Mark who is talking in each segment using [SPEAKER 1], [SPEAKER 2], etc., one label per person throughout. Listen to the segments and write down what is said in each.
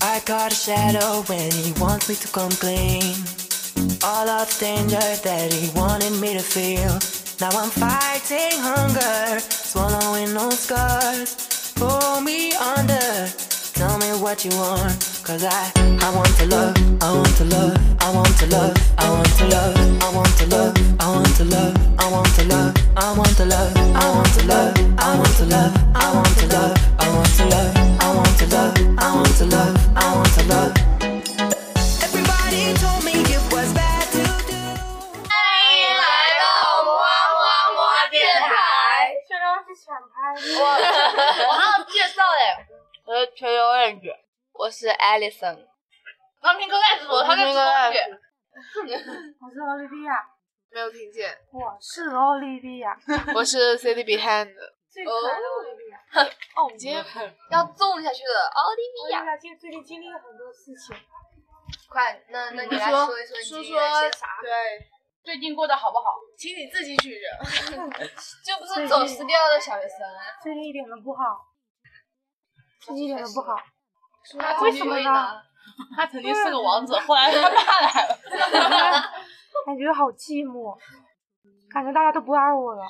[SPEAKER 1] I caught a shadow when he wants me to come clean. All of the danger that he wanted me to feel. Now I'm fighting hunger, swallowing no scars. Pull me under, tell me what you want. Cause I, I want to love, I want to love, I want to love, I want to love, I want to love, I want to love, I want to love, I want to love, I want to love, I want to love, I want to love, I want to love, I want to love, I want to love, I want to love. Everybody told me it was bad to do.
[SPEAKER 2] 欢迎来到么么么电台。
[SPEAKER 3] 这都是什么？
[SPEAKER 2] 我我还要介绍哎，我是 t r i Orange，我是 Alison。他们听歌在说，他在说句，
[SPEAKER 3] 我是奥利比亚，
[SPEAKER 2] 没有听见。
[SPEAKER 3] 我是奥利比亚，
[SPEAKER 2] 我是 City Behind 的。
[SPEAKER 3] 最可爱的奥利啊比亚。
[SPEAKER 2] 哦，我们今天要纵下去的奥利
[SPEAKER 3] 奥
[SPEAKER 2] 比
[SPEAKER 3] 利
[SPEAKER 2] 亚
[SPEAKER 3] 比。亚最最近经历了很多事情，
[SPEAKER 2] 快，那那你来
[SPEAKER 4] 说
[SPEAKER 2] 一说
[SPEAKER 4] 说
[SPEAKER 2] 你经历
[SPEAKER 4] 说
[SPEAKER 2] 了些啥？
[SPEAKER 4] 对，最近过得好不好？请你自己取 着。
[SPEAKER 2] 就不是走失掉的小学生。啊
[SPEAKER 3] 最近一点都不好，最近一点都不好。
[SPEAKER 4] 他
[SPEAKER 2] 啊
[SPEAKER 3] 为什么呢？
[SPEAKER 4] 他曾
[SPEAKER 3] 啊
[SPEAKER 4] 经是个王子，后 来他爸来了。
[SPEAKER 3] 感觉好寂寞，感觉大家都不爱我了，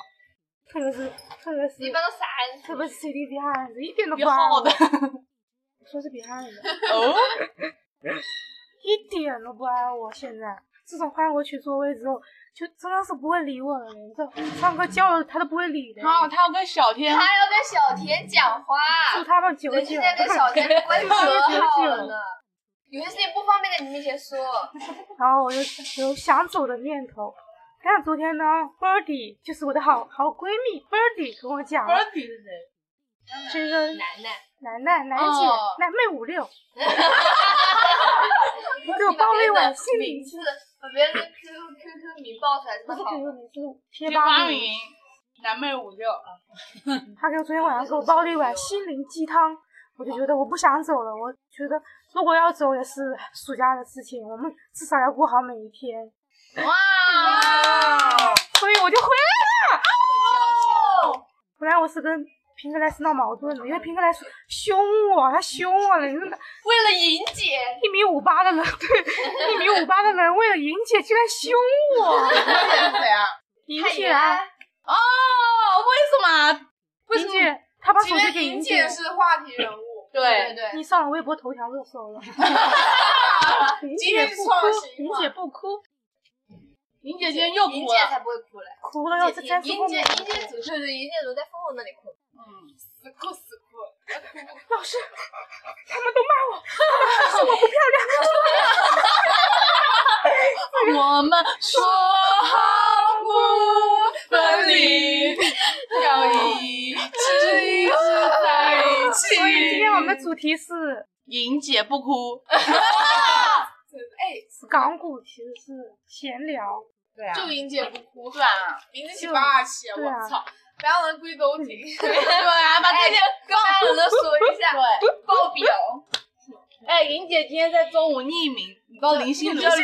[SPEAKER 3] 特别是特别是
[SPEAKER 2] 你们都啥人？
[SPEAKER 3] 特别是 CD 比汉子一点都不
[SPEAKER 4] 别
[SPEAKER 3] 爱
[SPEAKER 4] 耗
[SPEAKER 3] 我
[SPEAKER 4] 的。。
[SPEAKER 3] 说是比汉人，
[SPEAKER 4] 哦，
[SPEAKER 3] 一点都不爱我。现在自从换过去座位之后，就真的是不会理我了。连着上课叫了他都不会理的。
[SPEAKER 4] 啊，他要跟小天，
[SPEAKER 2] 他要跟小田讲话。
[SPEAKER 3] 祝他们九
[SPEAKER 2] 人
[SPEAKER 3] 九
[SPEAKER 2] 家。在跟小田关系可好了呢，有些事情不方便在你面前说。
[SPEAKER 3] 然后我就有想走的念头。但是昨天呢，Birdy 就是我的好好闺蜜 Birdy 跟我讲了，
[SPEAKER 4] 底是谁？
[SPEAKER 3] 是一个
[SPEAKER 2] 楠楠，
[SPEAKER 3] 楠楠楠姐
[SPEAKER 4] 哦
[SPEAKER 3] 楠妹五 六，给我报了一晚姓名，
[SPEAKER 2] 字，把别人的 QQ QQ 名报出来，
[SPEAKER 3] 不
[SPEAKER 2] 真
[SPEAKER 3] 是
[SPEAKER 2] 的
[SPEAKER 3] 给
[SPEAKER 2] 好。
[SPEAKER 3] 我名字，贴
[SPEAKER 4] 贴
[SPEAKER 3] 吧
[SPEAKER 4] 吧
[SPEAKER 3] 名。
[SPEAKER 4] 名，南妹五六啊。
[SPEAKER 3] 他给我昨天晚上给我煲了一碗心灵鸡汤，我就觉得我不想走了。我觉得如果要走也是暑假的事情，我们至少要过好每一天。
[SPEAKER 5] 哦
[SPEAKER 2] 哇！
[SPEAKER 3] 所以我就回来了。
[SPEAKER 2] 哦，
[SPEAKER 3] 本来我是跟平克莱斯闹矛盾的，因为平克莱斯凶我，他凶我了。你说
[SPEAKER 2] 为了莹姐，
[SPEAKER 3] 一米五八的人，对，一米五八的人为了莹姐竟然凶我，
[SPEAKER 4] 是谁啊？
[SPEAKER 3] 莹
[SPEAKER 2] 太
[SPEAKER 3] 姐
[SPEAKER 2] 原
[SPEAKER 3] 啊，
[SPEAKER 2] 来
[SPEAKER 4] 哦，为什么？
[SPEAKER 3] 莹姐，他把手机给莹姐，
[SPEAKER 4] 是话题人物。
[SPEAKER 2] 对
[SPEAKER 4] 对，
[SPEAKER 2] 对，
[SPEAKER 3] 你上了微博头条热搜了。莹
[SPEAKER 4] 今
[SPEAKER 3] 姐
[SPEAKER 4] 天
[SPEAKER 3] 不
[SPEAKER 4] 创
[SPEAKER 3] 哭，
[SPEAKER 4] 新
[SPEAKER 3] 莹
[SPEAKER 4] 嘛
[SPEAKER 3] 姐不哭，
[SPEAKER 4] 莹姐今天又
[SPEAKER 2] 莹
[SPEAKER 4] 哭
[SPEAKER 2] 姐
[SPEAKER 4] 了。
[SPEAKER 2] 才不会哭嘞。
[SPEAKER 3] 哭了要
[SPEAKER 2] 莹
[SPEAKER 3] 这
[SPEAKER 2] 姐
[SPEAKER 3] 三次
[SPEAKER 2] 莹
[SPEAKER 3] 后
[SPEAKER 2] 姐
[SPEAKER 3] 面
[SPEAKER 2] 莹姐组对对，莹姐组在风风那里哭。
[SPEAKER 4] 嗯，死哭死哭。
[SPEAKER 3] 老师，他们都骂我，他们说我不漂亮，
[SPEAKER 4] 我们说好不分离，要一直一
[SPEAKER 5] 哦
[SPEAKER 4] 直在一起。
[SPEAKER 3] 所以今天我们
[SPEAKER 5] 嗯
[SPEAKER 3] 的主题是
[SPEAKER 4] 莹姐不哭，
[SPEAKER 2] 哎
[SPEAKER 3] 港股，其实是闲聊，
[SPEAKER 4] 对啊
[SPEAKER 5] 就莹姐不哭，
[SPEAKER 4] 对啊，
[SPEAKER 5] 名字起霸气，
[SPEAKER 3] 对啊
[SPEAKER 5] 我操，白羊人归都挺。
[SPEAKER 4] 对啊，
[SPEAKER 2] 哎
[SPEAKER 4] 把这些
[SPEAKER 2] 跟大人的说一下，
[SPEAKER 4] 对。
[SPEAKER 2] 爆表。
[SPEAKER 4] 哎，莹姐今天在中午匿名，你到林心如这里，
[SPEAKER 5] 我们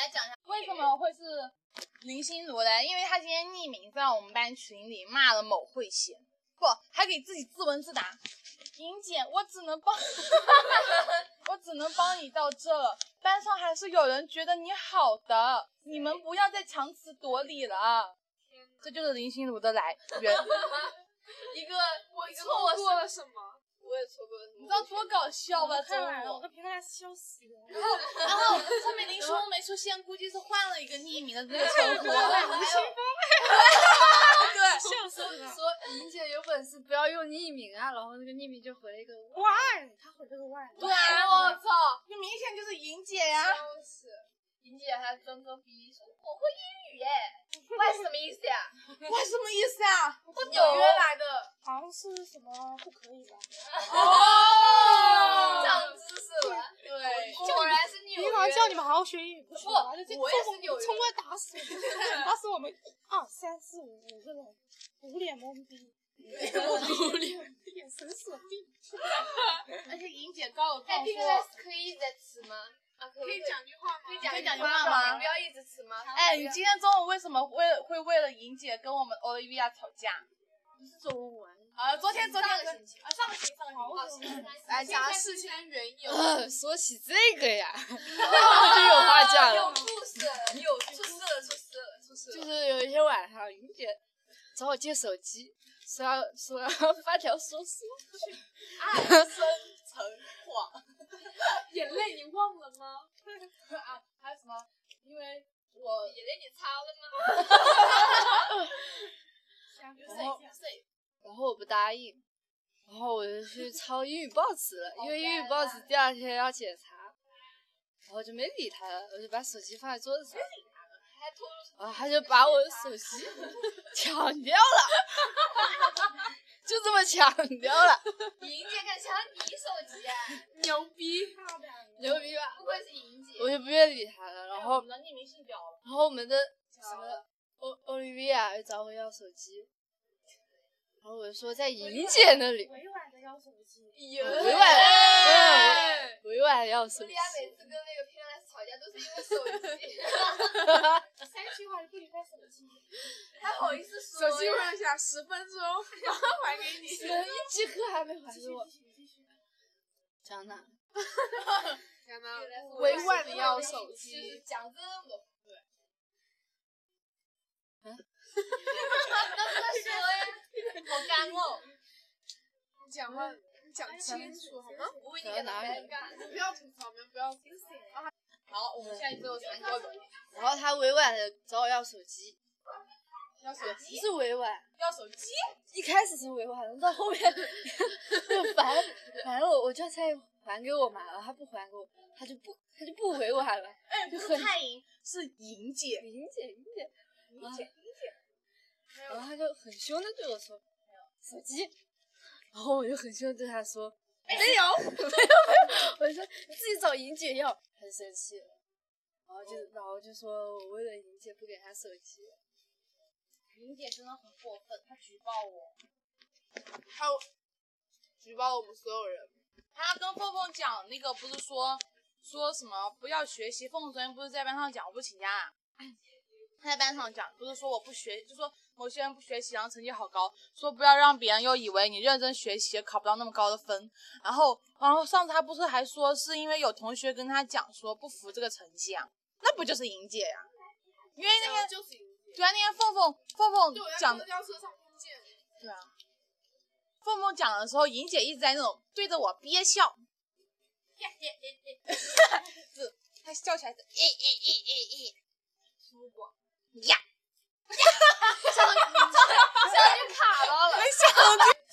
[SPEAKER 5] 来讲一下为什么会是林心如嘞？因为她今天匿名在我们班群里骂了某慧娴，不，还给自己自问自答。莹姐，我只能帮， 我只能帮你到这了。班上还是有人觉得你好的，你们不要再强词夺理了。这就是林心如的来源。 一个我错过了什么？我也错过了什么？你知道多搞笑吧？
[SPEAKER 3] 看完
[SPEAKER 5] 中
[SPEAKER 3] 了，
[SPEAKER 5] 午
[SPEAKER 3] 我都平常笑死了。
[SPEAKER 5] 然
[SPEAKER 2] 啊
[SPEAKER 5] 后后面林书没出现，估计是换了一个匿名的这个称呼。
[SPEAKER 2] 啊
[SPEAKER 5] 对，笑死我了。
[SPEAKER 6] 说莹姐有本事不要用匿名啊，然后那个匿名就回了一个哇，
[SPEAKER 3] 他回了个万，
[SPEAKER 5] 对
[SPEAKER 2] 哎
[SPEAKER 5] 啊，我操，这明显就是莹姐呀、
[SPEAKER 2] 莹姐还装装逼说我会英语耶，哇，什么意思呀？
[SPEAKER 5] 我什么意思 啊？
[SPEAKER 2] 我纽约来的，
[SPEAKER 3] 好像是什么不可以吧？
[SPEAKER 5] 哦，
[SPEAKER 2] 长知识了，
[SPEAKER 5] 对，
[SPEAKER 2] 哎果然是纽约。
[SPEAKER 3] 平常叫你们好好学英语，不学
[SPEAKER 2] 不
[SPEAKER 3] 完了就冲
[SPEAKER 2] 我也是纽约
[SPEAKER 3] 冲过来打死我，打死我们一二三四五五个人，捂脸懵逼，捂脸眼神锁定。
[SPEAKER 5] 而且莹姐告诉
[SPEAKER 2] 哎
[SPEAKER 5] 我
[SPEAKER 2] ，Pink Rice 可以一直在吃吗？啊，可以讲句话吗？可以讲句话吗？不要一直吃吗？
[SPEAKER 5] 哎，你今天中午为什么为会为了莹姐跟我们 Olivia 吵架？
[SPEAKER 6] 是中文，
[SPEAKER 5] 呃，昨天昨天
[SPEAKER 7] 上个星期
[SPEAKER 5] 啊，上个星期上个星期。
[SPEAKER 2] 来讲事情缘由，
[SPEAKER 8] 呃说起这个呀，就有话讲了。
[SPEAKER 2] 故事，有出事了，出事了，出事
[SPEAKER 8] 就。是有一天晚上，云姐找我借手机，说要说要发条说书，
[SPEAKER 2] 爱生成谎，
[SPEAKER 5] 眼泪你忘了吗？啊，还有什么？因为我
[SPEAKER 2] 眼泪你擦了吗？哦
[SPEAKER 8] 然后然后我不答应，然后我就 去抄英语报纸了，因为英语报纸第二天要检查，然后就没理他了，我就把手机放在桌子上，然后他就把我的手机 抢掉了， 就这么抢掉了，
[SPEAKER 2] 莹姐敢抢你手机啊？
[SPEAKER 8] 牛逼， 牛逼吧？哎
[SPEAKER 2] 不愧是莹姐。
[SPEAKER 8] 我就不愿理他了，然后
[SPEAKER 5] 们的匿名信表了，
[SPEAKER 8] 然后我们的什么欧欧丽维亚又找我要手机，然后我就说在莹姐那里，
[SPEAKER 3] 委婉的要手机，
[SPEAKER 8] 委婉嗯委婉地要手
[SPEAKER 2] 苏
[SPEAKER 8] 机
[SPEAKER 2] 利亚，每次跟那个 p 拉吵架都是因为手机，
[SPEAKER 3] 三句话就不离开手机。
[SPEAKER 2] 还好意思说
[SPEAKER 5] 手
[SPEAKER 2] 呀？
[SPEAKER 5] 机放下十分 钟，然后还给你。
[SPEAKER 8] 一节课还没还给我。讲哪？
[SPEAKER 5] 天呐
[SPEAKER 2] 原来是
[SPEAKER 5] 委婉的要手
[SPEAKER 2] 就是
[SPEAKER 5] 机，
[SPEAKER 2] 讲这么多。
[SPEAKER 8] 嗯
[SPEAKER 2] 那不能说呀，好干哦。
[SPEAKER 5] 你讲话你讲清楚好吗？
[SPEAKER 2] 我已经感到尴尬。
[SPEAKER 5] 不要吐槽，我们不要吐槽。
[SPEAKER 2] 好，我们现在只有传播给你
[SPEAKER 8] 然后他委婉的找我要手机，
[SPEAKER 5] 要手机，
[SPEAKER 8] 是委婉，
[SPEAKER 5] 要手机，
[SPEAKER 8] 一开始是委婉的，到后面就烦，反正我我叫他还给我嘛，然后他不还给我，他就不他就不委婉了，就很
[SPEAKER 5] 蔡莹是莹姐，
[SPEAKER 8] 莹姐莹姐
[SPEAKER 5] 姐
[SPEAKER 8] 莹啊然后他就很凶的对我说：“手机。”然后我就很凶的对他说：“没有，没有， 没有。”我就说：“你自己找莹姐要。”他就生气了，然后就然后就说我为了莹姐不给她手机。
[SPEAKER 2] 莹姐真的很过分，她举报我。
[SPEAKER 5] 她举报我们所有人。她跟凤凤讲那个不是说说什么不要学习，凤凤昨天不是在班上讲我不请假啊、她在班上讲，不是说我不学，就说某些人不学习，然后成绩好高，说不要让别人又以为你认真学习也考不到那么高的分。然后，然后上次她不是还说是因为有同学跟她讲说不服这个成绩啊，那不就是莹姐呀、因为那天
[SPEAKER 2] 就是莹姐。
[SPEAKER 5] 对啊，那天凤凤凤凤讲的
[SPEAKER 2] 公交车上碰见。
[SPEAKER 5] 对啊，凤凤讲的时候，莹姐一直在那种对着我憋笑，是她笑起来是，咦咦咦咦咦，输过呀，
[SPEAKER 7] 卡到了。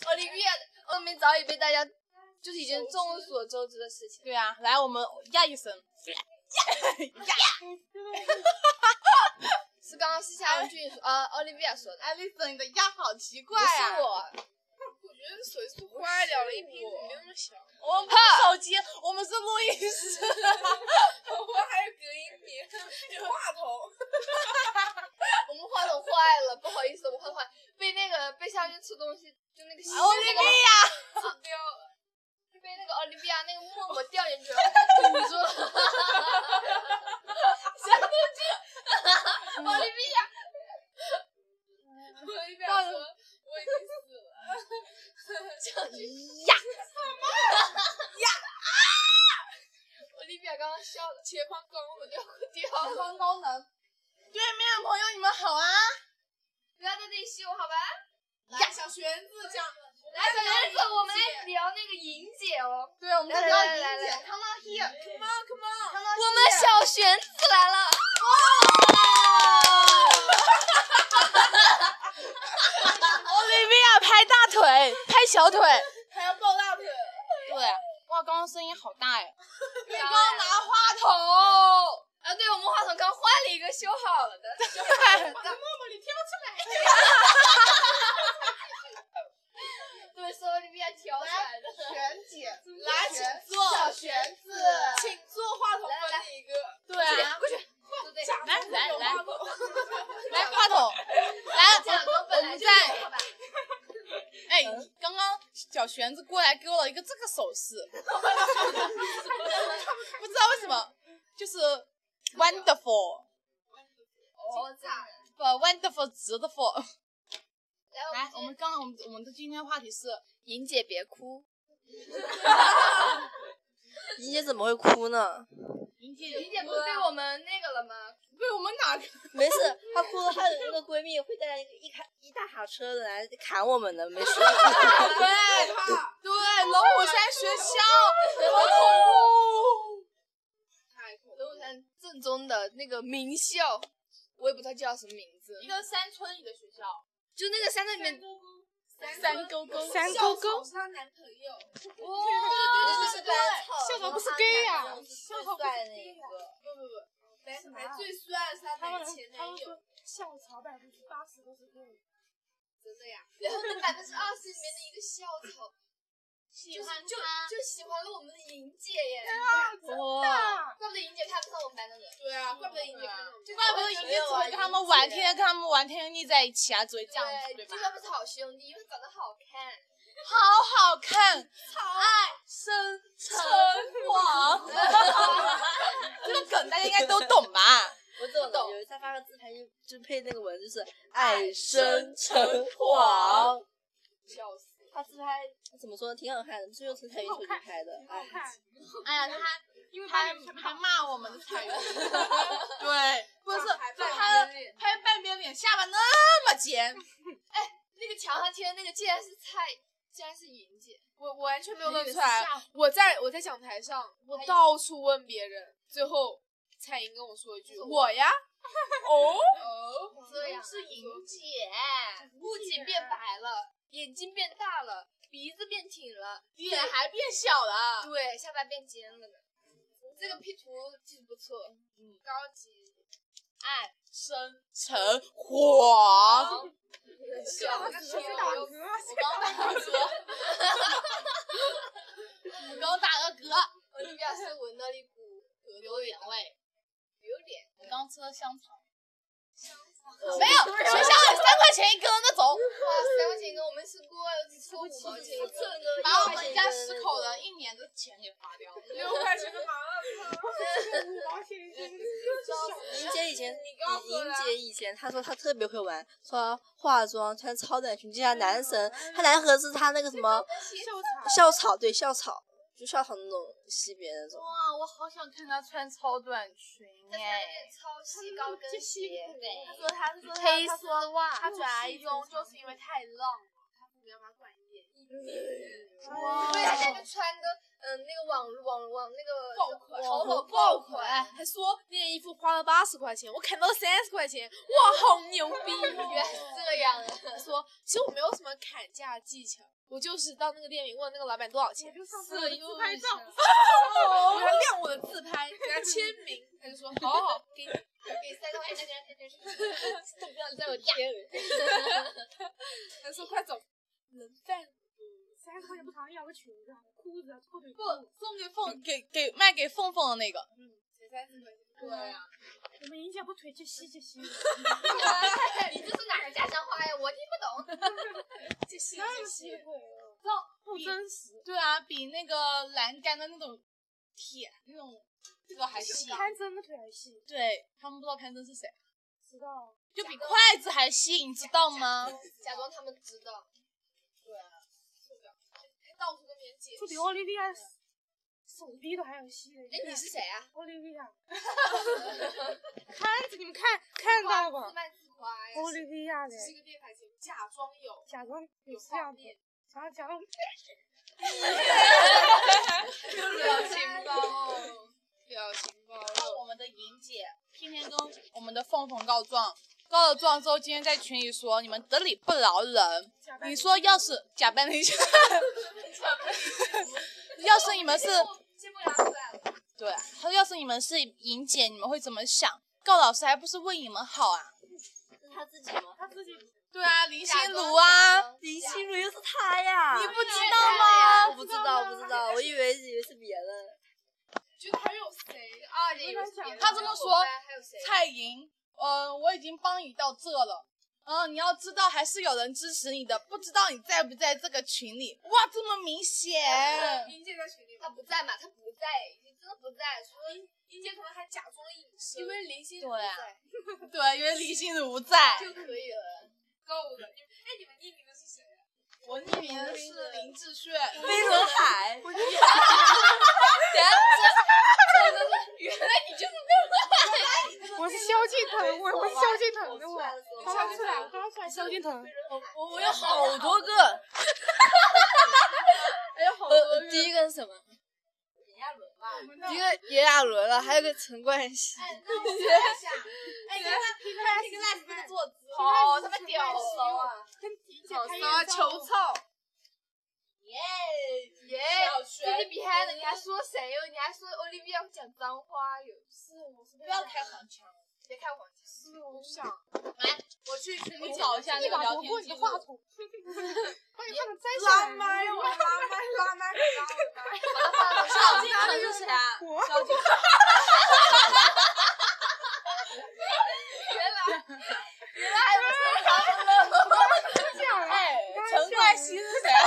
[SPEAKER 7] 我里面我们早已被大家就是已经众所周知的事情。
[SPEAKER 5] 对啊，来我们呀一声，
[SPEAKER 7] 是刚刚是夏文俊说，呃，奥利维亚说的，
[SPEAKER 5] 艾丽森，你的呀好奇怪
[SPEAKER 7] 不
[SPEAKER 5] 啊，
[SPEAKER 7] 是我，
[SPEAKER 2] 我觉得水速快了了一批，怎么没那么小？
[SPEAKER 5] 我，们不是手机，我们是录音师，
[SPEAKER 2] 我还有隔音棉，有话筒。
[SPEAKER 7] 我们话筒坏了，不好意思，我们话筒坏了被那个被夏文俊吃东西，就那个吸
[SPEAKER 5] 奥利
[SPEAKER 7] 那个
[SPEAKER 5] 维亚，
[SPEAKER 7] 吃掉了，被那个奥利维亚那个沫沫掉进去了，堵住了。
[SPEAKER 2] 奥利维亚，奥利维亚说，我已经死了。
[SPEAKER 7] 奥利维亚刚刚笑了，前方刚我掉过掉，
[SPEAKER 5] 方高能，对面朋友你们好啊，
[SPEAKER 7] 不要在这里秀好吧？
[SPEAKER 5] 呀小玄子讲，
[SPEAKER 7] 来，小丸子，我们来聊那个莹姐哦。
[SPEAKER 5] 对，我们
[SPEAKER 7] 来来
[SPEAKER 5] 聊
[SPEAKER 7] 来
[SPEAKER 5] 莹
[SPEAKER 7] 来
[SPEAKER 5] 姐
[SPEAKER 7] 来
[SPEAKER 5] ，Come on here，Come on，Come on。
[SPEAKER 7] 我们小玄子来了。
[SPEAKER 5] Olivia 拍大腿，拍小腿，还要抱大腿。对，哇，刚刚声音好大呀！
[SPEAKER 7] 因为刚刚拿话筒。啊，对，我们话筒刚换了一个修好了的。对，是奥利维亚挑出来的。
[SPEAKER 2] 璇姐，
[SPEAKER 5] 来，请坐，
[SPEAKER 2] 小璇子，
[SPEAKER 5] 请坐，话筒
[SPEAKER 7] 来来
[SPEAKER 5] 分你一个。对啊，过去，
[SPEAKER 7] 对对，
[SPEAKER 5] 来来
[SPEAKER 2] 有
[SPEAKER 5] 来
[SPEAKER 2] 话筒。
[SPEAKER 5] 来，话筒，来，
[SPEAKER 7] 假装本来就有好吧？
[SPEAKER 5] 哎，刚刚小玄子过来给我了一个这个手势， 不知道为什么，就是 wonderful，呃
[SPEAKER 7] 哦，这样
[SPEAKER 5] 不 wonderful，值得 for。
[SPEAKER 7] 来，
[SPEAKER 5] 来我们刚刚我们我们的今天话题是
[SPEAKER 9] 莹姐别哭。莹姐怎么会哭呢？
[SPEAKER 5] 莹姐，莹姐
[SPEAKER 8] 不是被我们那个了吗？
[SPEAKER 5] 被我们哪个？
[SPEAKER 9] 没事，她哭了，她的那个闺蜜会带一卡一大卡车的来砍我们的，没 事。
[SPEAKER 5] 对，对，龙虎山学校，龙虎，太恐怖
[SPEAKER 8] 龙虎山正宗的那个名校，我也不知道叫什么名字
[SPEAKER 5] 一，个山村里的学校，
[SPEAKER 8] 就那个山那里面，
[SPEAKER 5] 山沟沟，
[SPEAKER 3] 山沟沟
[SPEAKER 5] 她男朋友，
[SPEAKER 3] 哦
[SPEAKER 9] 不是班草，
[SPEAKER 3] 校草不是 gay 啊呀
[SPEAKER 9] 校草帅那一个。
[SPEAKER 5] 男生还最帅是
[SPEAKER 3] 啊他
[SPEAKER 5] 她
[SPEAKER 3] 们
[SPEAKER 5] 的前
[SPEAKER 3] 他
[SPEAKER 5] 男
[SPEAKER 3] 们
[SPEAKER 5] 友，
[SPEAKER 3] 说校草百分之八十都是 gay，
[SPEAKER 5] 真的呀，
[SPEAKER 8] 然后我们百分之二十里面的一个校草，
[SPEAKER 5] 喜欢
[SPEAKER 8] 就
[SPEAKER 5] 他，
[SPEAKER 8] 就喜欢了我们的莹姐耶，
[SPEAKER 9] 哇，
[SPEAKER 8] 怪不得莹姐看不上我们班的人，嗯
[SPEAKER 5] 对啊，
[SPEAKER 8] 怪不得莹姐看不上我们班的人，
[SPEAKER 5] 怪不得莹姐只会跟他们玩，天天跟他们玩，天天腻在一起啊，只会这样子，
[SPEAKER 8] 对，
[SPEAKER 5] 对
[SPEAKER 8] 就
[SPEAKER 5] 吧？
[SPEAKER 8] 算不是好兄弟，因为长得好看，
[SPEAKER 5] 好好看，
[SPEAKER 8] 爱
[SPEAKER 5] 生成 王，这个梗大家应该都懂吧？
[SPEAKER 9] 我懂
[SPEAKER 8] 懂
[SPEAKER 9] 了。有一次发个自拍就就配那个文，就是爱生成黄。
[SPEAKER 8] 笑死。
[SPEAKER 9] 他自拍怎么说呢，挺好看的，是用陈彩云手机拍的。哎，
[SPEAKER 5] 哎呀，他因为还还骂我们的彩云，对，不是，就他的他的半边脸下巴那么尖，
[SPEAKER 8] 那个墙上贴的那个竟然是蔡，竟然是莹姐，
[SPEAKER 2] 我我完全没有
[SPEAKER 8] 那
[SPEAKER 2] 弄出来。我在我在讲台上，我到处问别人，最后彩莹跟我说一句：“我 呀，哦
[SPEAKER 8] 哦这样啊是莹姐，不仅变白了，眼睛变大了，鼻子变挺了，
[SPEAKER 5] 脸还变小了。
[SPEAKER 8] 对，下巴变尖了呢。这个 P 图技术不错，嗯，高级，爱
[SPEAKER 5] 生成黄，
[SPEAKER 8] 笑死
[SPEAKER 3] 谁打嗝啊？
[SPEAKER 8] 我刚打个 嗝，
[SPEAKER 5] 我刚打个嗝，
[SPEAKER 8] 我里表示闻到了一股榴莲味，榴莲，
[SPEAKER 5] 我刚吃了香肠。没有，学校里三块钱一根那种，
[SPEAKER 8] 哇，三块钱一个，我们吃过吃五毛钱一个，
[SPEAKER 5] 把我们一家十口人一年的钱给花掉了。
[SPEAKER 2] 六块钱的麻辣烫。
[SPEAKER 3] 五毛钱一根，
[SPEAKER 9] 莹姐以前，
[SPEAKER 2] 告诉我
[SPEAKER 9] 莹
[SPEAKER 2] 啦
[SPEAKER 9] 姐以前她说她特别会玩，说化妆穿超短裙，就像男神。她男盒是她那个什么校
[SPEAKER 3] 校草。
[SPEAKER 9] 草，对校草，就校草那种西边那种。
[SPEAKER 5] 哇，我好想看他穿超短裙
[SPEAKER 8] 但是那个超细高跟鞋，
[SPEAKER 5] 他说他是说他
[SPEAKER 8] 黑
[SPEAKER 5] 他
[SPEAKER 8] 丝
[SPEAKER 5] 说
[SPEAKER 8] 袜，
[SPEAKER 5] 他转来一中就是因为太浪了，他不要把它管严。
[SPEAKER 8] 对，他现在就穿的，嗯，那个网网网那个
[SPEAKER 2] 爆款
[SPEAKER 8] 淘宝爆款，
[SPEAKER 2] 还说那件衣服花了八十块钱，我砍到三十块钱，哇，好牛逼！哦
[SPEAKER 8] 原来是这样啊！
[SPEAKER 2] 他说，其实我没有什么砍价技巧，我就是到那个店里问那个老板多少钱，
[SPEAKER 3] 就上次
[SPEAKER 2] 色诱
[SPEAKER 3] 自拍照，
[SPEAKER 2] 我还亮我的自拍，给他签 名，他就说好好给你。
[SPEAKER 8] 给三块钱，给给给，不要在我家。
[SPEAKER 2] 他说快走，人贩子
[SPEAKER 3] 三十块钱不长，要个裙子、裤子、裤腿裤
[SPEAKER 5] 不。送给凤给给卖给凤凤的那个，
[SPEAKER 2] 才三十块钱。
[SPEAKER 5] 对啊，
[SPEAKER 3] 我们莹姐不腿就吸就吸，
[SPEAKER 8] 你这是哪个家乡话呀？我听不懂。
[SPEAKER 2] 这是
[SPEAKER 3] 那
[SPEAKER 2] 这
[SPEAKER 3] 么吸
[SPEAKER 2] 是
[SPEAKER 3] 腿哦，
[SPEAKER 2] 不真实，
[SPEAKER 5] 对啊，比那个栏杆的那种铁那种这个还细。
[SPEAKER 3] 看真的腿还细，
[SPEAKER 5] 对他们不知道潘真是谁，
[SPEAKER 3] 知道？
[SPEAKER 5] 就比筷子还细，你知道吗？
[SPEAKER 8] 假装他们知道。
[SPEAKER 2] 到处跟别人解
[SPEAKER 3] 就比奥利维亚手臂都还要细的。
[SPEAKER 8] 哎，你是谁啊？
[SPEAKER 3] 奥利维亚，看着你们看看到了吧？
[SPEAKER 8] 自卖自夸呀。
[SPEAKER 3] 奥利维亚的，
[SPEAKER 2] 是一个电台节目，假装有。
[SPEAKER 3] 假装有这样子，假装假装
[SPEAKER 5] 表情包露，表情包露。我们的莹姐天天跟我们的凤凤告状，告了状之后，今天在群里说你们得理不饶人。你说要是假扮了一 下，要是你们是，对，啊他说要是你们是莹姐，你们会怎么想？告老师还不是为你们好啊？
[SPEAKER 9] 是她自己吗？
[SPEAKER 3] 他自己
[SPEAKER 5] 对啊，林心如啊，
[SPEAKER 9] 林心如又是她呀！
[SPEAKER 5] 你不知道吗？
[SPEAKER 9] 我不知道，我不知道，我以为以为是别人。
[SPEAKER 2] 觉得还有谁？
[SPEAKER 8] 二姐有谁？
[SPEAKER 5] 他这么说
[SPEAKER 8] 还有谁？
[SPEAKER 5] 蔡莹，呃，我已经帮你到这了。嗯，你要知道还是有人支持你的，不知道你在不在这个群里？哇，这么明显！
[SPEAKER 2] 莹姐在群里
[SPEAKER 8] 他不在嘛？他不在，你真的不在，除了
[SPEAKER 2] 莹姐可能还假装隐身，
[SPEAKER 8] 因为林心如
[SPEAKER 5] 对啊
[SPEAKER 8] 在
[SPEAKER 5] 对，因为李心如在，
[SPEAKER 8] 就可以了。
[SPEAKER 2] 够了。你们哎，你们匿名的是谁？
[SPEAKER 5] 我匿名的是林志炫，
[SPEAKER 9] 飞轮海，
[SPEAKER 5] 原来你就是
[SPEAKER 3] 我是萧敬腾，我我是萧敬腾的我，
[SPEAKER 9] 我
[SPEAKER 3] 刚刚出来，我刚刚出来萧敬腾，
[SPEAKER 5] 我，我
[SPEAKER 6] 我
[SPEAKER 5] 有
[SPEAKER 6] 有好
[SPEAKER 5] 好
[SPEAKER 6] 多
[SPEAKER 5] 多，
[SPEAKER 6] 个，
[SPEAKER 5] 还有好
[SPEAKER 6] 呃，第一个是什么？一个炎亚纶了，还有个陈冠希，
[SPEAKER 5] 哎，你看他那个 last 那个坐姿，
[SPEAKER 8] 好他妈屌丝啊！
[SPEAKER 5] 好骚，球 操，
[SPEAKER 8] 耶，
[SPEAKER 5] 小
[SPEAKER 8] 这
[SPEAKER 5] 学
[SPEAKER 8] 是比还能，你还说谁哦哟？你还说 Olivia 会讲脏话哟？是，我是不
[SPEAKER 5] 不要开黄腔，
[SPEAKER 8] 别开黄腔。
[SPEAKER 5] 我不想。来，我去寻找一下
[SPEAKER 3] 一
[SPEAKER 5] 那个
[SPEAKER 3] 把
[SPEAKER 5] 聊
[SPEAKER 3] 夺
[SPEAKER 5] 天
[SPEAKER 3] 过
[SPEAKER 5] 记
[SPEAKER 3] 你的。
[SPEAKER 5] 录
[SPEAKER 3] 话筒，把你话筒摘下
[SPEAKER 2] 拉
[SPEAKER 3] 来。
[SPEAKER 2] 麦，我拉麦，拉麦，
[SPEAKER 5] 小金腾是谁啊？
[SPEAKER 3] 我
[SPEAKER 5] 小金
[SPEAKER 3] 讲了，
[SPEAKER 5] 哎，
[SPEAKER 3] 陈冠
[SPEAKER 5] 陈冠
[SPEAKER 3] 希
[SPEAKER 5] 希是 谁啊？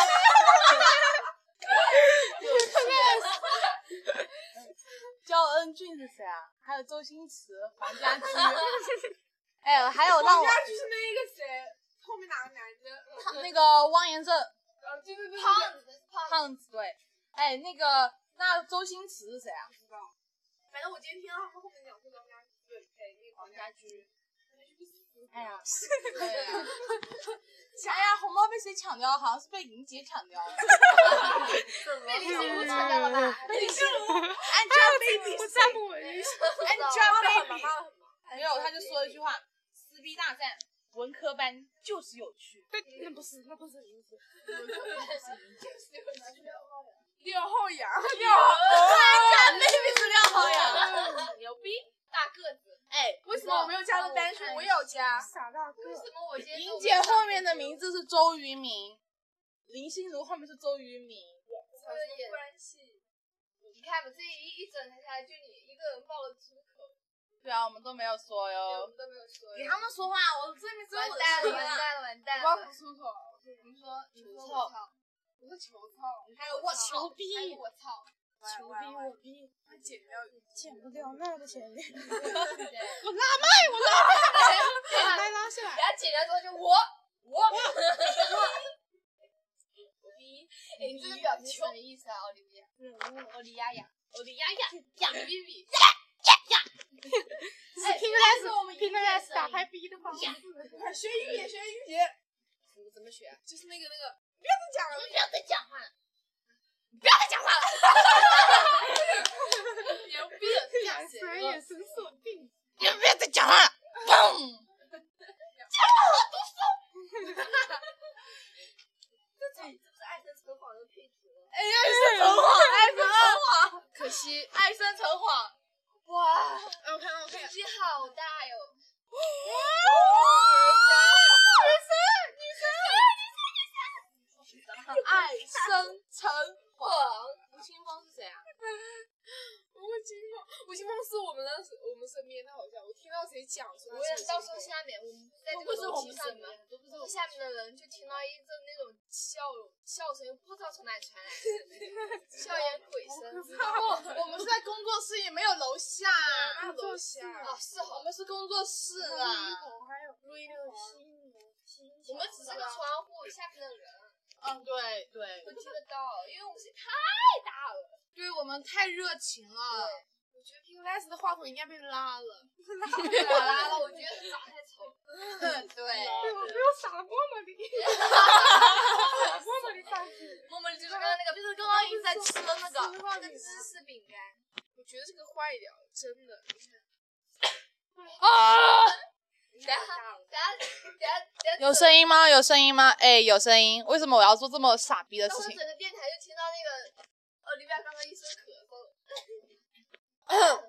[SPEAKER 5] 焦恩俊是谁啊？还有周星驰、黄家驹， 哎，还有让
[SPEAKER 2] 黄
[SPEAKER 5] 我
[SPEAKER 2] 家驹是那个谁，后面哪个男的？
[SPEAKER 5] 那个汪洋正
[SPEAKER 2] 呃，对对对，
[SPEAKER 8] 胖子，
[SPEAKER 5] 胖子对，哎，那个那周星驰是谁啊？
[SPEAKER 2] 不知道。反正我今天听到他们后面讲说黄家驹，对，哎，那个黄家驹，
[SPEAKER 5] 哎 呀，对呀，哎呀，红包被谁抢掉了？好像是被莹姐抢掉
[SPEAKER 2] 哎
[SPEAKER 5] 了。
[SPEAKER 8] 被林心如抢掉了吧？
[SPEAKER 2] 那你是
[SPEAKER 5] 哎
[SPEAKER 3] 我占不稳，
[SPEAKER 2] Angelababy，
[SPEAKER 5] 没有，他就说了一句话：“撕逼大战，文科班就是有趣。
[SPEAKER 2] 啊
[SPEAKER 3] 那不是，那不是林子，
[SPEAKER 2] 廖浩洋，
[SPEAKER 5] ”Baby 是廖浩洋，
[SPEAKER 8] 牛逼，大个子。
[SPEAKER 5] 哎，
[SPEAKER 2] 为什么我没有加入单身？我也有加。
[SPEAKER 3] 傻大个，
[SPEAKER 8] 为什么我今天
[SPEAKER 5] 莹姐后面的名字是周渝民，林心如后面是周渝民。
[SPEAKER 8] 关系？你看吧，这一一整下来就你一个人爆了粗口，
[SPEAKER 5] 对啊，我们都没有说
[SPEAKER 8] 我
[SPEAKER 5] 哟。
[SPEAKER 8] 们都没有说。
[SPEAKER 5] 给他们说话，我这边真
[SPEAKER 8] 完
[SPEAKER 5] 有
[SPEAKER 8] 蛋
[SPEAKER 5] 声
[SPEAKER 8] 了，
[SPEAKER 5] 音
[SPEAKER 8] 完
[SPEAKER 5] 啊！
[SPEAKER 8] 蛋了，完蛋
[SPEAKER 5] 我
[SPEAKER 8] 了
[SPEAKER 5] 不！出口，
[SPEAKER 8] 你说，你说
[SPEAKER 5] 球
[SPEAKER 8] 我
[SPEAKER 5] 操
[SPEAKER 8] 操，
[SPEAKER 2] 我是球操，
[SPEAKER 5] 还有我球逼，
[SPEAKER 8] 还有我操，
[SPEAKER 5] 球逼我逼，
[SPEAKER 2] 他剪掉
[SPEAKER 3] 剪不掉那个前面，
[SPEAKER 8] 然
[SPEAKER 3] 来拉下来。
[SPEAKER 8] 后姐姐说就我我我逼，哎， 你这个表情什么意思啊，奥利维亚？奥利亚亚，奥利亚亚亚比比，
[SPEAKER 3] 是
[SPEAKER 8] 哎
[SPEAKER 3] 拼
[SPEAKER 8] 原
[SPEAKER 3] 的
[SPEAKER 8] 来是我们
[SPEAKER 3] 是拼的
[SPEAKER 8] 赢的
[SPEAKER 3] 是打
[SPEAKER 8] 声音
[SPEAKER 3] 开 B 的方式，
[SPEAKER 2] 快学英语，学英语，
[SPEAKER 8] 怎么怎么学？
[SPEAKER 2] 就是那个那个，
[SPEAKER 8] 你们不要再讲话了，你不要再讲话了，牛逼，
[SPEAKER 3] 眼神眼神锁定。
[SPEAKER 5] 你们不要再讲了。
[SPEAKER 8] 是爱神城隍的配图。
[SPEAKER 5] 哎呀，是城隍，爱神城隍，
[SPEAKER 6] 可惜
[SPEAKER 5] 爱神城隍。哇！
[SPEAKER 2] 哎，我看到我看
[SPEAKER 8] 鸡好大哟！
[SPEAKER 5] 爱生成
[SPEAKER 8] 哇，
[SPEAKER 5] 吴青峰是谁啊？
[SPEAKER 2] 吴青峰，吴青峰是我们的我们身边的偶像，我听到谁讲说
[SPEAKER 8] 我
[SPEAKER 2] 他
[SPEAKER 8] 也
[SPEAKER 2] 是
[SPEAKER 8] 到时候下面我们在这个楼梯上面，我们下面的人就听到一阵那种笑容笑声，不知道从哪里传 来的，笑言鬼声。
[SPEAKER 5] 哦，我们是在工作室，也没有楼下。
[SPEAKER 2] 那楼下，
[SPEAKER 8] 啊，是
[SPEAKER 5] 我
[SPEAKER 8] 好，
[SPEAKER 5] 们是工作室啊。
[SPEAKER 3] 还有路易那个新新，
[SPEAKER 8] 我们只是个窗户，下面的人
[SPEAKER 5] 嗯，对对
[SPEAKER 8] 会听得到，因为我们声音太大了。
[SPEAKER 5] 对，我们太热情了。
[SPEAKER 2] 我觉得 Pink Less 的话筒应该被拉了，
[SPEAKER 8] 拉拉了，我觉得长太丑了。
[SPEAKER 5] 对，
[SPEAKER 3] 对，我没有傻过嘛你，傻过嘛你上次，
[SPEAKER 8] 默默就是刚刚那个，就是刚刚一直在吃的那个那个芝士饼干。
[SPEAKER 2] 我觉得这个坏掉，真的。
[SPEAKER 8] 等下，等下，等下，等下，
[SPEAKER 5] 有声音吗？有声音吗？哎，有声音。为什么我要做这么傻逼的
[SPEAKER 8] 那
[SPEAKER 5] 事
[SPEAKER 8] 我
[SPEAKER 5] 情
[SPEAKER 8] 整？个电台就听到那个奥利维亚刚刚一声咳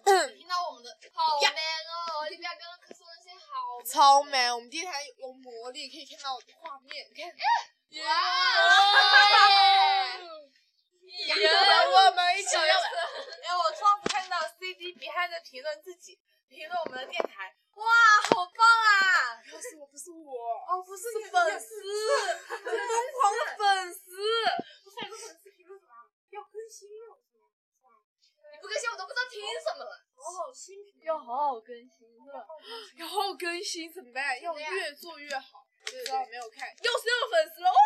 [SPEAKER 8] 嗽，
[SPEAKER 5] 听到我们的
[SPEAKER 8] 好 man 哦！奥利维亚刚刚咳嗽那些好
[SPEAKER 2] 超 man！我们电台有魔力，可以看到画面。你看，
[SPEAKER 5] 哎
[SPEAKER 8] 哇！
[SPEAKER 2] 我们一起。
[SPEAKER 5] 哎，我突然看到 CD Behind 的评论自己评论我们的电台，哇，好棒啊！
[SPEAKER 2] 不是我，不是我，
[SPEAKER 5] 哦，不是你粉丝，是疯狂的粉丝。
[SPEAKER 2] 不是很多粉丝评论什么要更新了，
[SPEAKER 8] 你不更新我都不知
[SPEAKER 5] 哦
[SPEAKER 8] 道听什么了。
[SPEAKER 2] 好新评
[SPEAKER 6] 要好好更新了。
[SPEAKER 2] 然后更哎新怎么办？要越做越好。不知道没有看，
[SPEAKER 5] 又是有粉丝了，哇！哦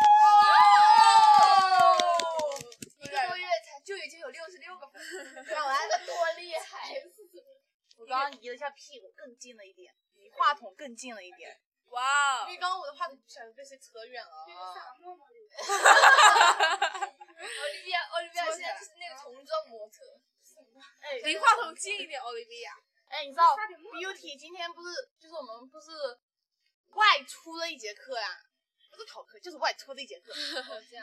[SPEAKER 5] 屁股更近了一点，离话筒更近了一点。
[SPEAKER 2] 哇
[SPEAKER 5] 因为刚刚我的话筒不小心被谁扯远了啊！
[SPEAKER 8] 奥利维亚，奥利维亚现在就是那个童装模特，
[SPEAKER 5] 哎，
[SPEAKER 2] 离话筒近一点，奥利维亚。
[SPEAKER 5] 哎，你知道 Beauty 今天不是就是我们不是外出了一节课呀、不是考科，就是外出的 一节课。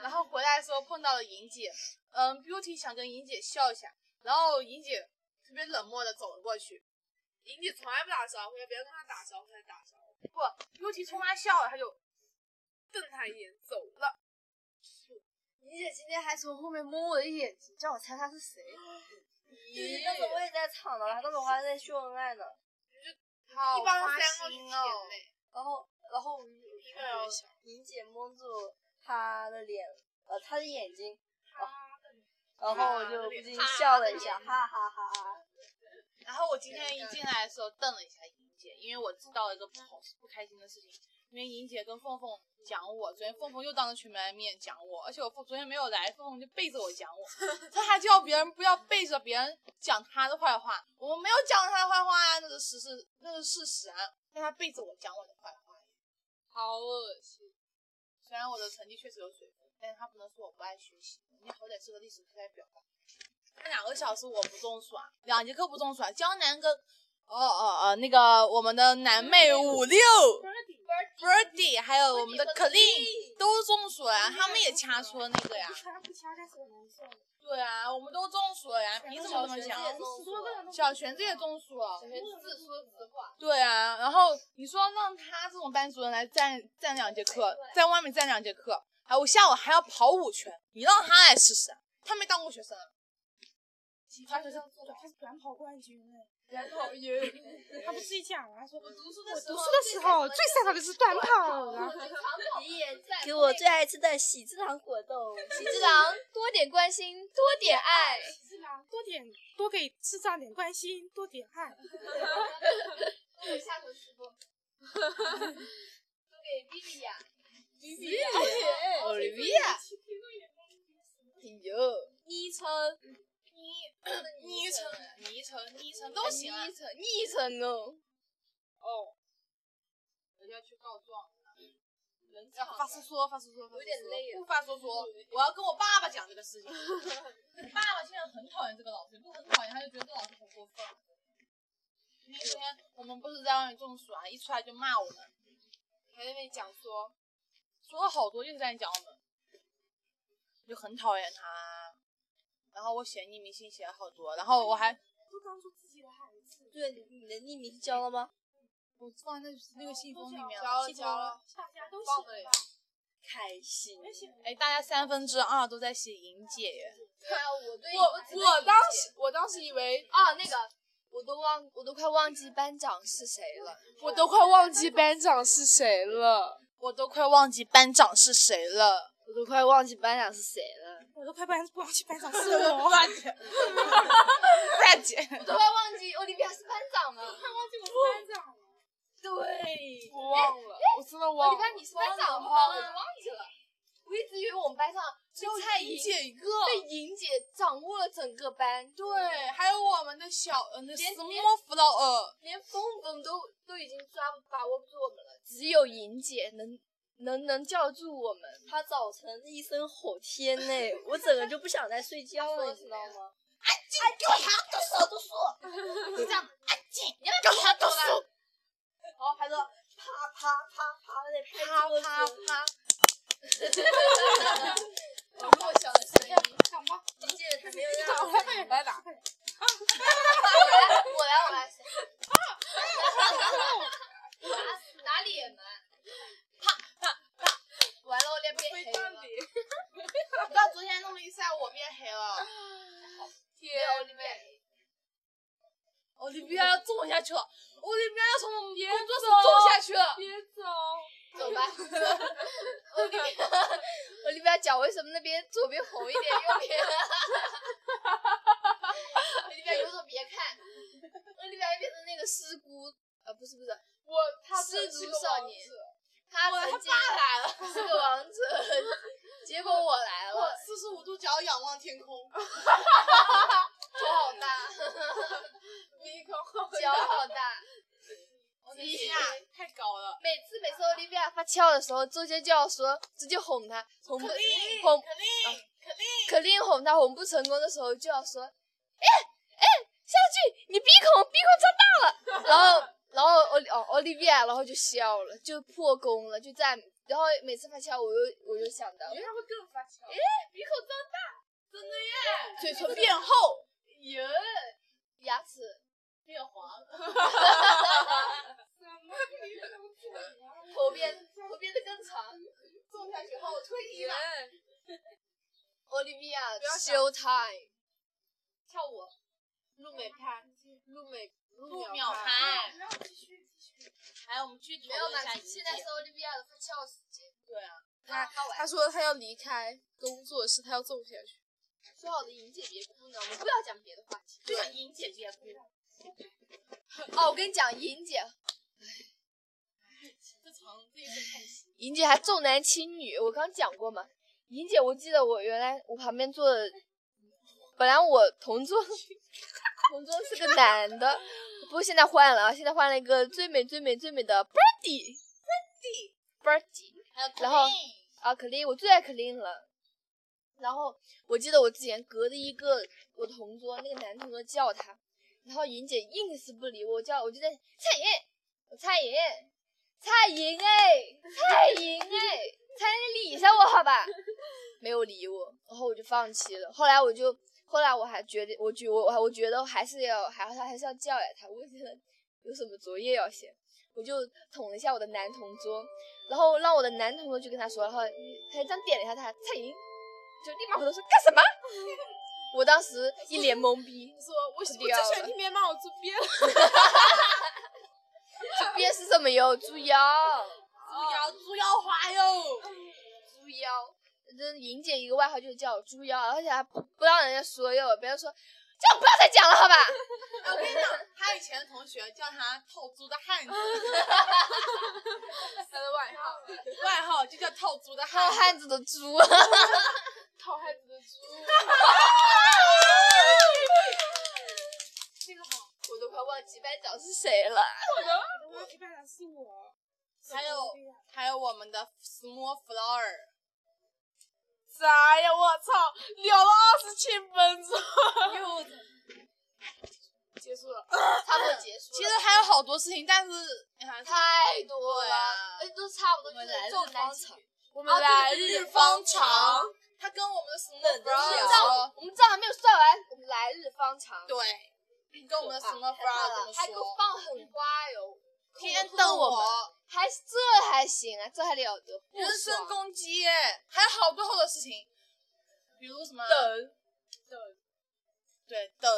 [SPEAKER 5] 然后回来的时候碰到了莹姐，嗯，Beauty 想跟莹姐笑一下，然后莹姐特别冷漠的走了过去，
[SPEAKER 2] 莹姐从来不打招呼，别人跟她打招呼，她打招呼，
[SPEAKER 5] 不，Beauty 冲她笑了，她就
[SPEAKER 2] 瞪她一眼走了。
[SPEAKER 6] 你姐今天还从后面摸我的眼睛，叫我猜她是谁。
[SPEAKER 9] 就是当时我也在场的，他当时我还在秀恩爱呢。
[SPEAKER 5] 好
[SPEAKER 2] 一帮三
[SPEAKER 5] 花
[SPEAKER 2] 个
[SPEAKER 5] 心哦
[SPEAKER 2] 甜。嘞，
[SPEAKER 9] 然后，然后我们
[SPEAKER 5] 啊
[SPEAKER 2] 一个人小
[SPEAKER 9] 莹姐蒙住他的脸，呃，他的眼睛，然后我就不禁笑了一下，哈哈哈哈。
[SPEAKER 5] 然后我今天一进来的时候瞪了一下莹姐，因为我知道了一个不好不开心的事情，因为莹姐跟凤凤讲我，昨天凤凤又当着全班面讲我，而且我昨天没有来，凤凤就背着我讲我，她还叫别人不要背着别人讲她的坏话，我没有讲她的坏话呀、那是事实，那是事实啊，但她背着我讲我的坏话，
[SPEAKER 2] 好恶心。
[SPEAKER 5] 虽然我的成绩确实有水分，但是她不能说我不爱学习，人家好歹是个历史课代表吧。那两个小时我不中暑啊，两节课不中暑啊，江南跟哦哦哦，那个我们的南妹五六 Birdy，还有我们的 Clean 都中暑了啊，他们也掐出了那个呀。
[SPEAKER 3] 虽然不掐，但是我难受。
[SPEAKER 5] 对啊，我们都中暑了呀，凭什么这么想？
[SPEAKER 3] 十多个人都
[SPEAKER 5] 小璇子也中暑了。
[SPEAKER 8] 小学自说自话，
[SPEAKER 5] 对啊，然后你说让他这种班主任来站站两节课，在外面站两节课，还有下午还要跑五圈，你让他来试试啊？他没当过学生啊，
[SPEAKER 3] 他学生他是短跑冠军嘞，短跑耶！他不是讲啊，说我读书的时候，我读书的时候最擅长的是短跑，然后
[SPEAKER 8] 你也在
[SPEAKER 9] 给我最爱吃的喜之郎果冻，
[SPEAKER 8] 喜之郎多点关心，多 点爱。
[SPEAKER 3] 是吧？多点多给智障点关心，多点哎爱。
[SPEAKER 8] 我下头直播，都 给 B B 呀，
[SPEAKER 2] 哦
[SPEAKER 6] 奥
[SPEAKER 8] 哦
[SPEAKER 6] 利维亚，哟，昵称，
[SPEAKER 5] 昵称、昵称、昵
[SPEAKER 8] 哎
[SPEAKER 5] 称都行啊。
[SPEAKER 6] 昵称，昵称哦。
[SPEAKER 5] 哦，我要去告状。要发说说，发说说，有点累不发说说，我要跟我爸爸讲这个事 情。爸爸现在很讨厌这个老师，不很讨厌，他就觉得这老师很过分。那天我们不是在外面中暑啊，一出来就骂我们，还在那边讲说，说了好多，一直在讲我们，我就很讨厌他。啊然后我写匿名信写了好多，然后我还
[SPEAKER 3] 不帮助自己的孩子，
[SPEAKER 9] 对，你的匿名交了吗？
[SPEAKER 5] 我放在那个信封里面
[SPEAKER 2] 交了
[SPEAKER 5] 信封
[SPEAKER 2] 交了，
[SPEAKER 3] 大家都
[SPEAKER 5] 忘
[SPEAKER 3] 写
[SPEAKER 5] 了耶
[SPEAKER 3] 吧。
[SPEAKER 9] 开心。
[SPEAKER 3] 我写了
[SPEAKER 5] 哎，大家三分之二都在写莹姐耶，
[SPEAKER 8] 对啊，我对
[SPEAKER 2] 我我当时我当时以为
[SPEAKER 8] 啊那个我都忘，我都快忘记班长是谁了。
[SPEAKER 2] 我都快忘记班长是谁了，
[SPEAKER 5] 我都快忘记班长是谁了。
[SPEAKER 6] 我都快忘记班长是谁了。
[SPEAKER 3] 我都快班忘记班长是我，
[SPEAKER 5] 大姐，大姐，
[SPEAKER 8] 我都快忘记欧利比亚是班长了。
[SPEAKER 5] 对，
[SPEAKER 2] 我忘了，我真的
[SPEAKER 8] 欧
[SPEAKER 2] 忘
[SPEAKER 8] 利比亚
[SPEAKER 2] 了。
[SPEAKER 8] 你是班长吗？我都忘记了。我一直以为我们班上就蔡
[SPEAKER 5] 莹
[SPEAKER 8] 莹
[SPEAKER 5] 姐一个，
[SPEAKER 8] 被莹姐掌握了整个班，
[SPEAKER 5] 对，还有我们的小呃那
[SPEAKER 8] 连
[SPEAKER 5] 斯莫弗老二，
[SPEAKER 8] 连峰峰都都已经抓把握不住我们了。
[SPEAKER 6] 只有莹姐能能能叫住我们。
[SPEAKER 9] 他早晨一声吼天呢，我整个就不想再睡觉了，你知道吗？
[SPEAKER 5] 就这样，安静，你要给他读书，
[SPEAKER 9] 然后还说啪啪啪啪的拍
[SPEAKER 5] 啪
[SPEAKER 9] 桌
[SPEAKER 5] 啪
[SPEAKER 9] 子，
[SPEAKER 5] 啪，
[SPEAKER 8] 弱小的声音，
[SPEAKER 9] 理解他没有让我
[SPEAKER 2] 来打，
[SPEAKER 8] 我来，我来，我来。 打打脸呢？啪啪啪！完了，我脸变黑了。
[SPEAKER 5] 你知道昨天那么一晒，我变黑了。
[SPEAKER 8] 没有，我脸变黑。
[SPEAKER 5] 奥利比亚要种下去了，奥利比亚要从我们工作室种下去了。
[SPEAKER 2] 别走，
[SPEAKER 8] 走吧。我里边，我里边脚为什么那边左边红一点，右边？我里边有种别看，我里边变成那个师姑，呃，不是不是，
[SPEAKER 2] 我他
[SPEAKER 8] 失
[SPEAKER 2] 是
[SPEAKER 8] 足
[SPEAKER 2] 是个
[SPEAKER 8] 少
[SPEAKER 2] 王
[SPEAKER 8] 年
[SPEAKER 2] 子
[SPEAKER 8] 他曾经来了，是个王者， 结果我来
[SPEAKER 5] 我
[SPEAKER 8] 了，
[SPEAKER 5] 四十五 度角仰望天空，
[SPEAKER 8] 头好大，
[SPEAKER 5] 鼻
[SPEAKER 8] 口脚好大。我的天啊！
[SPEAKER 2] 太高了，
[SPEAKER 8] 每次每次奥利维亚发翘的时候，周杰就要说直接哄她，哄不哄
[SPEAKER 2] 可令可令，
[SPEAKER 8] 可令哄她哄不成功的时候，就要说，哎哎，下去，你鼻孔鼻孔张大了，然后然后奥利哦奥利维亚，然后就笑了，就破功了，就赞美。然后每次发翘，我又我又想到哎
[SPEAKER 2] 我觉得他会更发翘。
[SPEAKER 8] 鼻孔张大，真的耶，
[SPEAKER 5] 嘴唇变厚，
[SPEAKER 8] 耶，牙齿变黄，
[SPEAKER 2] 什么女生
[SPEAKER 8] 头变头变得更长。
[SPEAKER 2] 种下去后退役
[SPEAKER 8] 耶
[SPEAKER 2] 了，
[SPEAKER 8] ，Olivia
[SPEAKER 2] 不要想
[SPEAKER 8] show time，跳舞。
[SPEAKER 2] 入美拍，入美
[SPEAKER 5] 不
[SPEAKER 2] 入
[SPEAKER 5] 秒
[SPEAKER 2] 拍。
[SPEAKER 5] 拍。
[SPEAKER 2] 没有继续继续，
[SPEAKER 5] 来，我们去讨
[SPEAKER 8] 没有
[SPEAKER 5] 论
[SPEAKER 8] 嘛
[SPEAKER 5] 一下？
[SPEAKER 8] 现在是奥利维亚的发酵时间。
[SPEAKER 5] 对啊，
[SPEAKER 8] 那他晚
[SPEAKER 2] 他说他要离开工作室，他要种下去。
[SPEAKER 8] 说好的莹姐别哭呢，我们不要讲别的话题。
[SPEAKER 5] 就想莹姐姐哭，
[SPEAKER 8] 哦，我跟你讲，莹姐，
[SPEAKER 5] 这床这个太心。
[SPEAKER 8] 莹姐还重男轻女，我刚讲过嘛。莹姐，我记得我原来我旁边坐的，本来我同桌，同桌是个男的，不过现在换了啊，现在换了一个最美最美最美的 Birdy，Birdy，Birdy。
[SPEAKER 5] 还有
[SPEAKER 8] 然后
[SPEAKER 5] Queen
[SPEAKER 8] 啊，可琳，我最爱可琳了。然后我记得我之前隔着一个我同桌，那个男同桌叫他，然后莹姐硬是不理我，我叫我就在蔡莹，蔡莹，蔡莹哎，蔡莹 哎，蔡莹理一下我好吧？没有理我，然后我就放弃了。后来我就，后来我还觉得，我觉我我我觉得还是要，还还还是要教育他，我觉得有什么作业要写，我就捅了一下我的男同桌，然后让我的男同桌去跟他说，然后他就这样点了一下他，蔡莹，就立马回头说干什么？ 我当时一脸懵逼，
[SPEAKER 2] 说我我就
[SPEAKER 8] 掉
[SPEAKER 2] 喜欢
[SPEAKER 8] 了
[SPEAKER 2] 听别人骂我猪鞭，
[SPEAKER 8] 这边是什么哟？猪腰，
[SPEAKER 5] 猪腰猪腰花哟，
[SPEAKER 8] 猪腰。这莹姐一个外号就是叫我猪腰，而且还不不让人家说哟，别人说这样不要再讲了，好吧？
[SPEAKER 5] 哎，我跟你讲，他以前的同学叫他“套猪的汉子”，
[SPEAKER 2] 他的外号，
[SPEAKER 5] 外号就叫“套猪的
[SPEAKER 8] 好
[SPEAKER 5] 汉子
[SPEAKER 8] 汉子的 猪，
[SPEAKER 2] 讨孩子的猪。
[SPEAKER 8] 我都快忘记班长是谁了。
[SPEAKER 3] 我一般是我。
[SPEAKER 5] 还有还有我们的 Small Flower，
[SPEAKER 2] 啥呀！我操，聊了二十七分钟，
[SPEAKER 5] 又
[SPEAKER 2] 结束了。
[SPEAKER 8] 差不多结束
[SPEAKER 5] 其
[SPEAKER 8] 了，
[SPEAKER 5] 实还有好多事情，但是还是
[SPEAKER 8] 太多
[SPEAKER 5] 对啊
[SPEAKER 8] 了，哎，都差不多，
[SPEAKER 6] 我
[SPEAKER 8] 就
[SPEAKER 6] 们
[SPEAKER 8] 是
[SPEAKER 6] 来日
[SPEAKER 8] 重啊男
[SPEAKER 6] 方
[SPEAKER 8] 轻
[SPEAKER 6] 长
[SPEAKER 8] 女。
[SPEAKER 2] 我
[SPEAKER 5] 啊
[SPEAKER 2] 们
[SPEAKER 5] 对
[SPEAKER 2] 来
[SPEAKER 5] 日
[SPEAKER 2] 方
[SPEAKER 5] 长，他跟我们的 Small
[SPEAKER 8] 我们
[SPEAKER 5] Flower
[SPEAKER 8] 账
[SPEAKER 5] 说，
[SPEAKER 8] 我们账还没有算完，我们来日方长。
[SPEAKER 5] 对，跟我们的 Small
[SPEAKER 8] 太棒
[SPEAKER 5] Flower 这
[SPEAKER 8] 了，
[SPEAKER 5] 么
[SPEAKER 8] 还给我
[SPEAKER 5] 说，
[SPEAKER 8] 放狠话哟！
[SPEAKER 5] 天
[SPEAKER 8] 恐吓
[SPEAKER 5] 瞪
[SPEAKER 8] 我们，
[SPEAKER 5] 我，
[SPEAKER 8] 还这还行啊，这还了得？不
[SPEAKER 5] 人身
[SPEAKER 8] 爽
[SPEAKER 5] 攻击耶，还有好多好多事情，比如什么
[SPEAKER 2] 等。
[SPEAKER 5] 对等，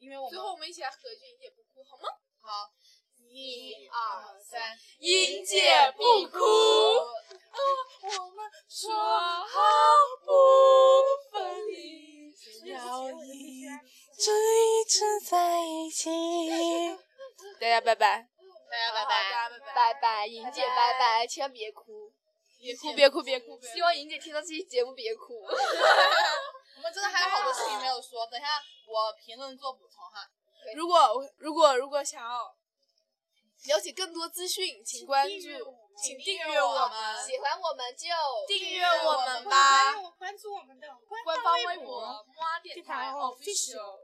[SPEAKER 5] 因为我
[SPEAKER 2] 最
[SPEAKER 5] 们
[SPEAKER 2] 后我们一起来合一句“你也不哭”好吗？
[SPEAKER 5] 好
[SPEAKER 2] 一
[SPEAKER 8] 二
[SPEAKER 2] 三，
[SPEAKER 5] 莹姐不哭，
[SPEAKER 2] 我们
[SPEAKER 5] 哦说好不分离，要一直一直在一起。大家拜拜，大家拜拜，
[SPEAKER 8] 拜拜，莹姐拜拜，千万别哭。
[SPEAKER 5] 别哭别哭别哭！
[SPEAKER 8] 希望莹姐听到这期节目别哭。
[SPEAKER 5] 我们真的还有好多事情没有说，等一下我评论做补充哈。
[SPEAKER 2] 如果如果如果想要了解更多资讯，请关注，请订阅我们，
[SPEAKER 8] 喜欢我们就
[SPEAKER 2] 订阅
[SPEAKER 5] 我
[SPEAKER 2] 我
[SPEAKER 5] 们
[SPEAKER 2] 们
[SPEAKER 5] 吧
[SPEAKER 2] 吧。
[SPEAKER 3] 哦关注我们的
[SPEAKER 2] 官方微博
[SPEAKER 5] 摸
[SPEAKER 3] 电
[SPEAKER 5] 电
[SPEAKER 3] 台
[SPEAKER 5] 台
[SPEAKER 3] official。
[SPEAKER 5] 哦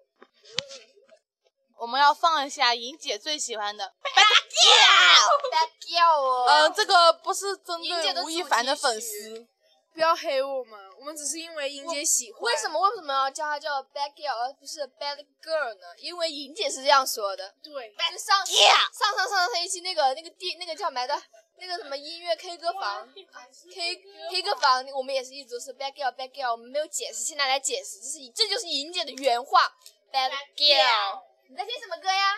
[SPEAKER 5] 我们要放一下莹姐最喜欢的，
[SPEAKER 8] 大叫哦。
[SPEAKER 5] 呃，这个不是针
[SPEAKER 8] 莹姐
[SPEAKER 5] 对
[SPEAKER 8] 的主
[SPEAKER 5] 吴
[SPEAKER 8] 题
[SPEAKER 5] 亦凡的粉丝，
[SPEAKER 2] 不要黑我们，我们只是因为莹姐喜欢。
[SPEAKER 8] 为什？么为什么要叫她叫 bad girl 而不是 bad girl 呢？因为莹姐是这样说的。
[SPEAKER 2] 对，
[SPEAKER 8] 就上上上上上一期那个那个地那个叫什么来着？那个什么音乐 K 歌房 K K 歌房，我们也是一直是 bad girl bad girl，我们没有解释，现在来解释，这是这就是莹姐的原话 bad girl。你在听什么歌呀？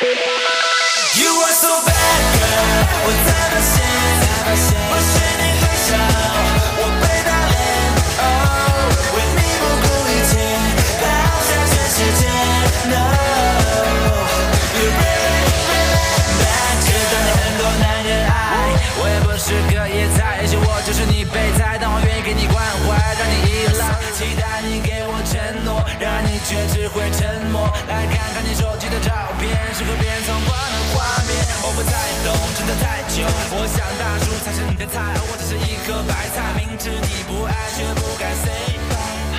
[SPEAKER 1] You are so bad, girl. 我在表现，我学你很像，我被打脸。哦，为你不顾一切，抛下全世界。No
[SPEAKER 10] 个一猜，也许我就是你备胎，但我愿意给你关怀，让你依赖，期待你给我承诺，然而你却只会沉默。来看看你手机的照片，是和别人相关的画面，我不太懂，真的太久。我想大叔才是你的菜，而我只是一颗白菜，明知你不爱，却不敢 say bye。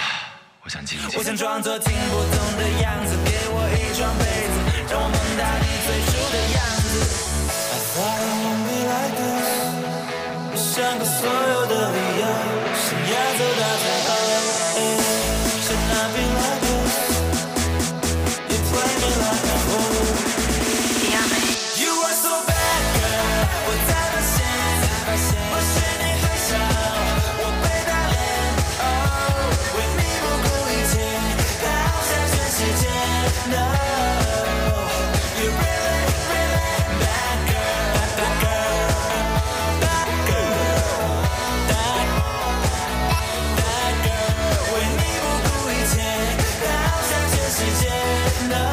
[SPEAKER 11] 我想静静。
[SPEAKER 10] 我想装作听不懂的样子，给我一床被子，让我梦到你最初的样子。I thought it won't be like this，我想过所有的理由，想要走到最后。eh, Should not be like this. You play me like a fool. You are so bad, girl. 我在发现，我是你对手，我被打脸。哦，为你不顾一切，抛下全世界。No, you really, really bad girl, bad girl, bad girl, bad, bad girl. 为你不顾一切，抛下全世界。No.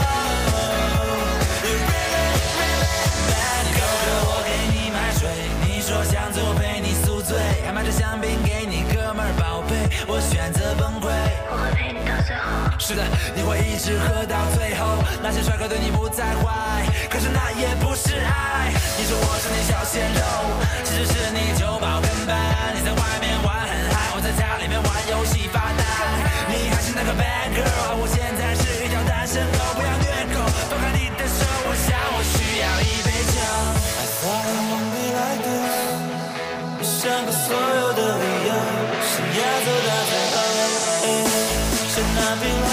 [SPEAKER 10] 你勾着我给你买水，你说想醉我陪你宿醉，还买着香槟给你哥们儿宝贝，我选择崩溃。我会陪你到最后。是的，你会一直喝到最后。那些帅哥对你不再坏，可是那也不是爱。你说我是你小鲜肉，其实是你酒保跟班。你在外面玩很嗨，我在家里面玩游戏发呆。你还是那个 bad girl，而我现在是一条单身狗，不要虐狗，放开你的手，我想我需要一杯酒。I thought it won't be like this，我想过所有的理由，想要走到最后。Should not be like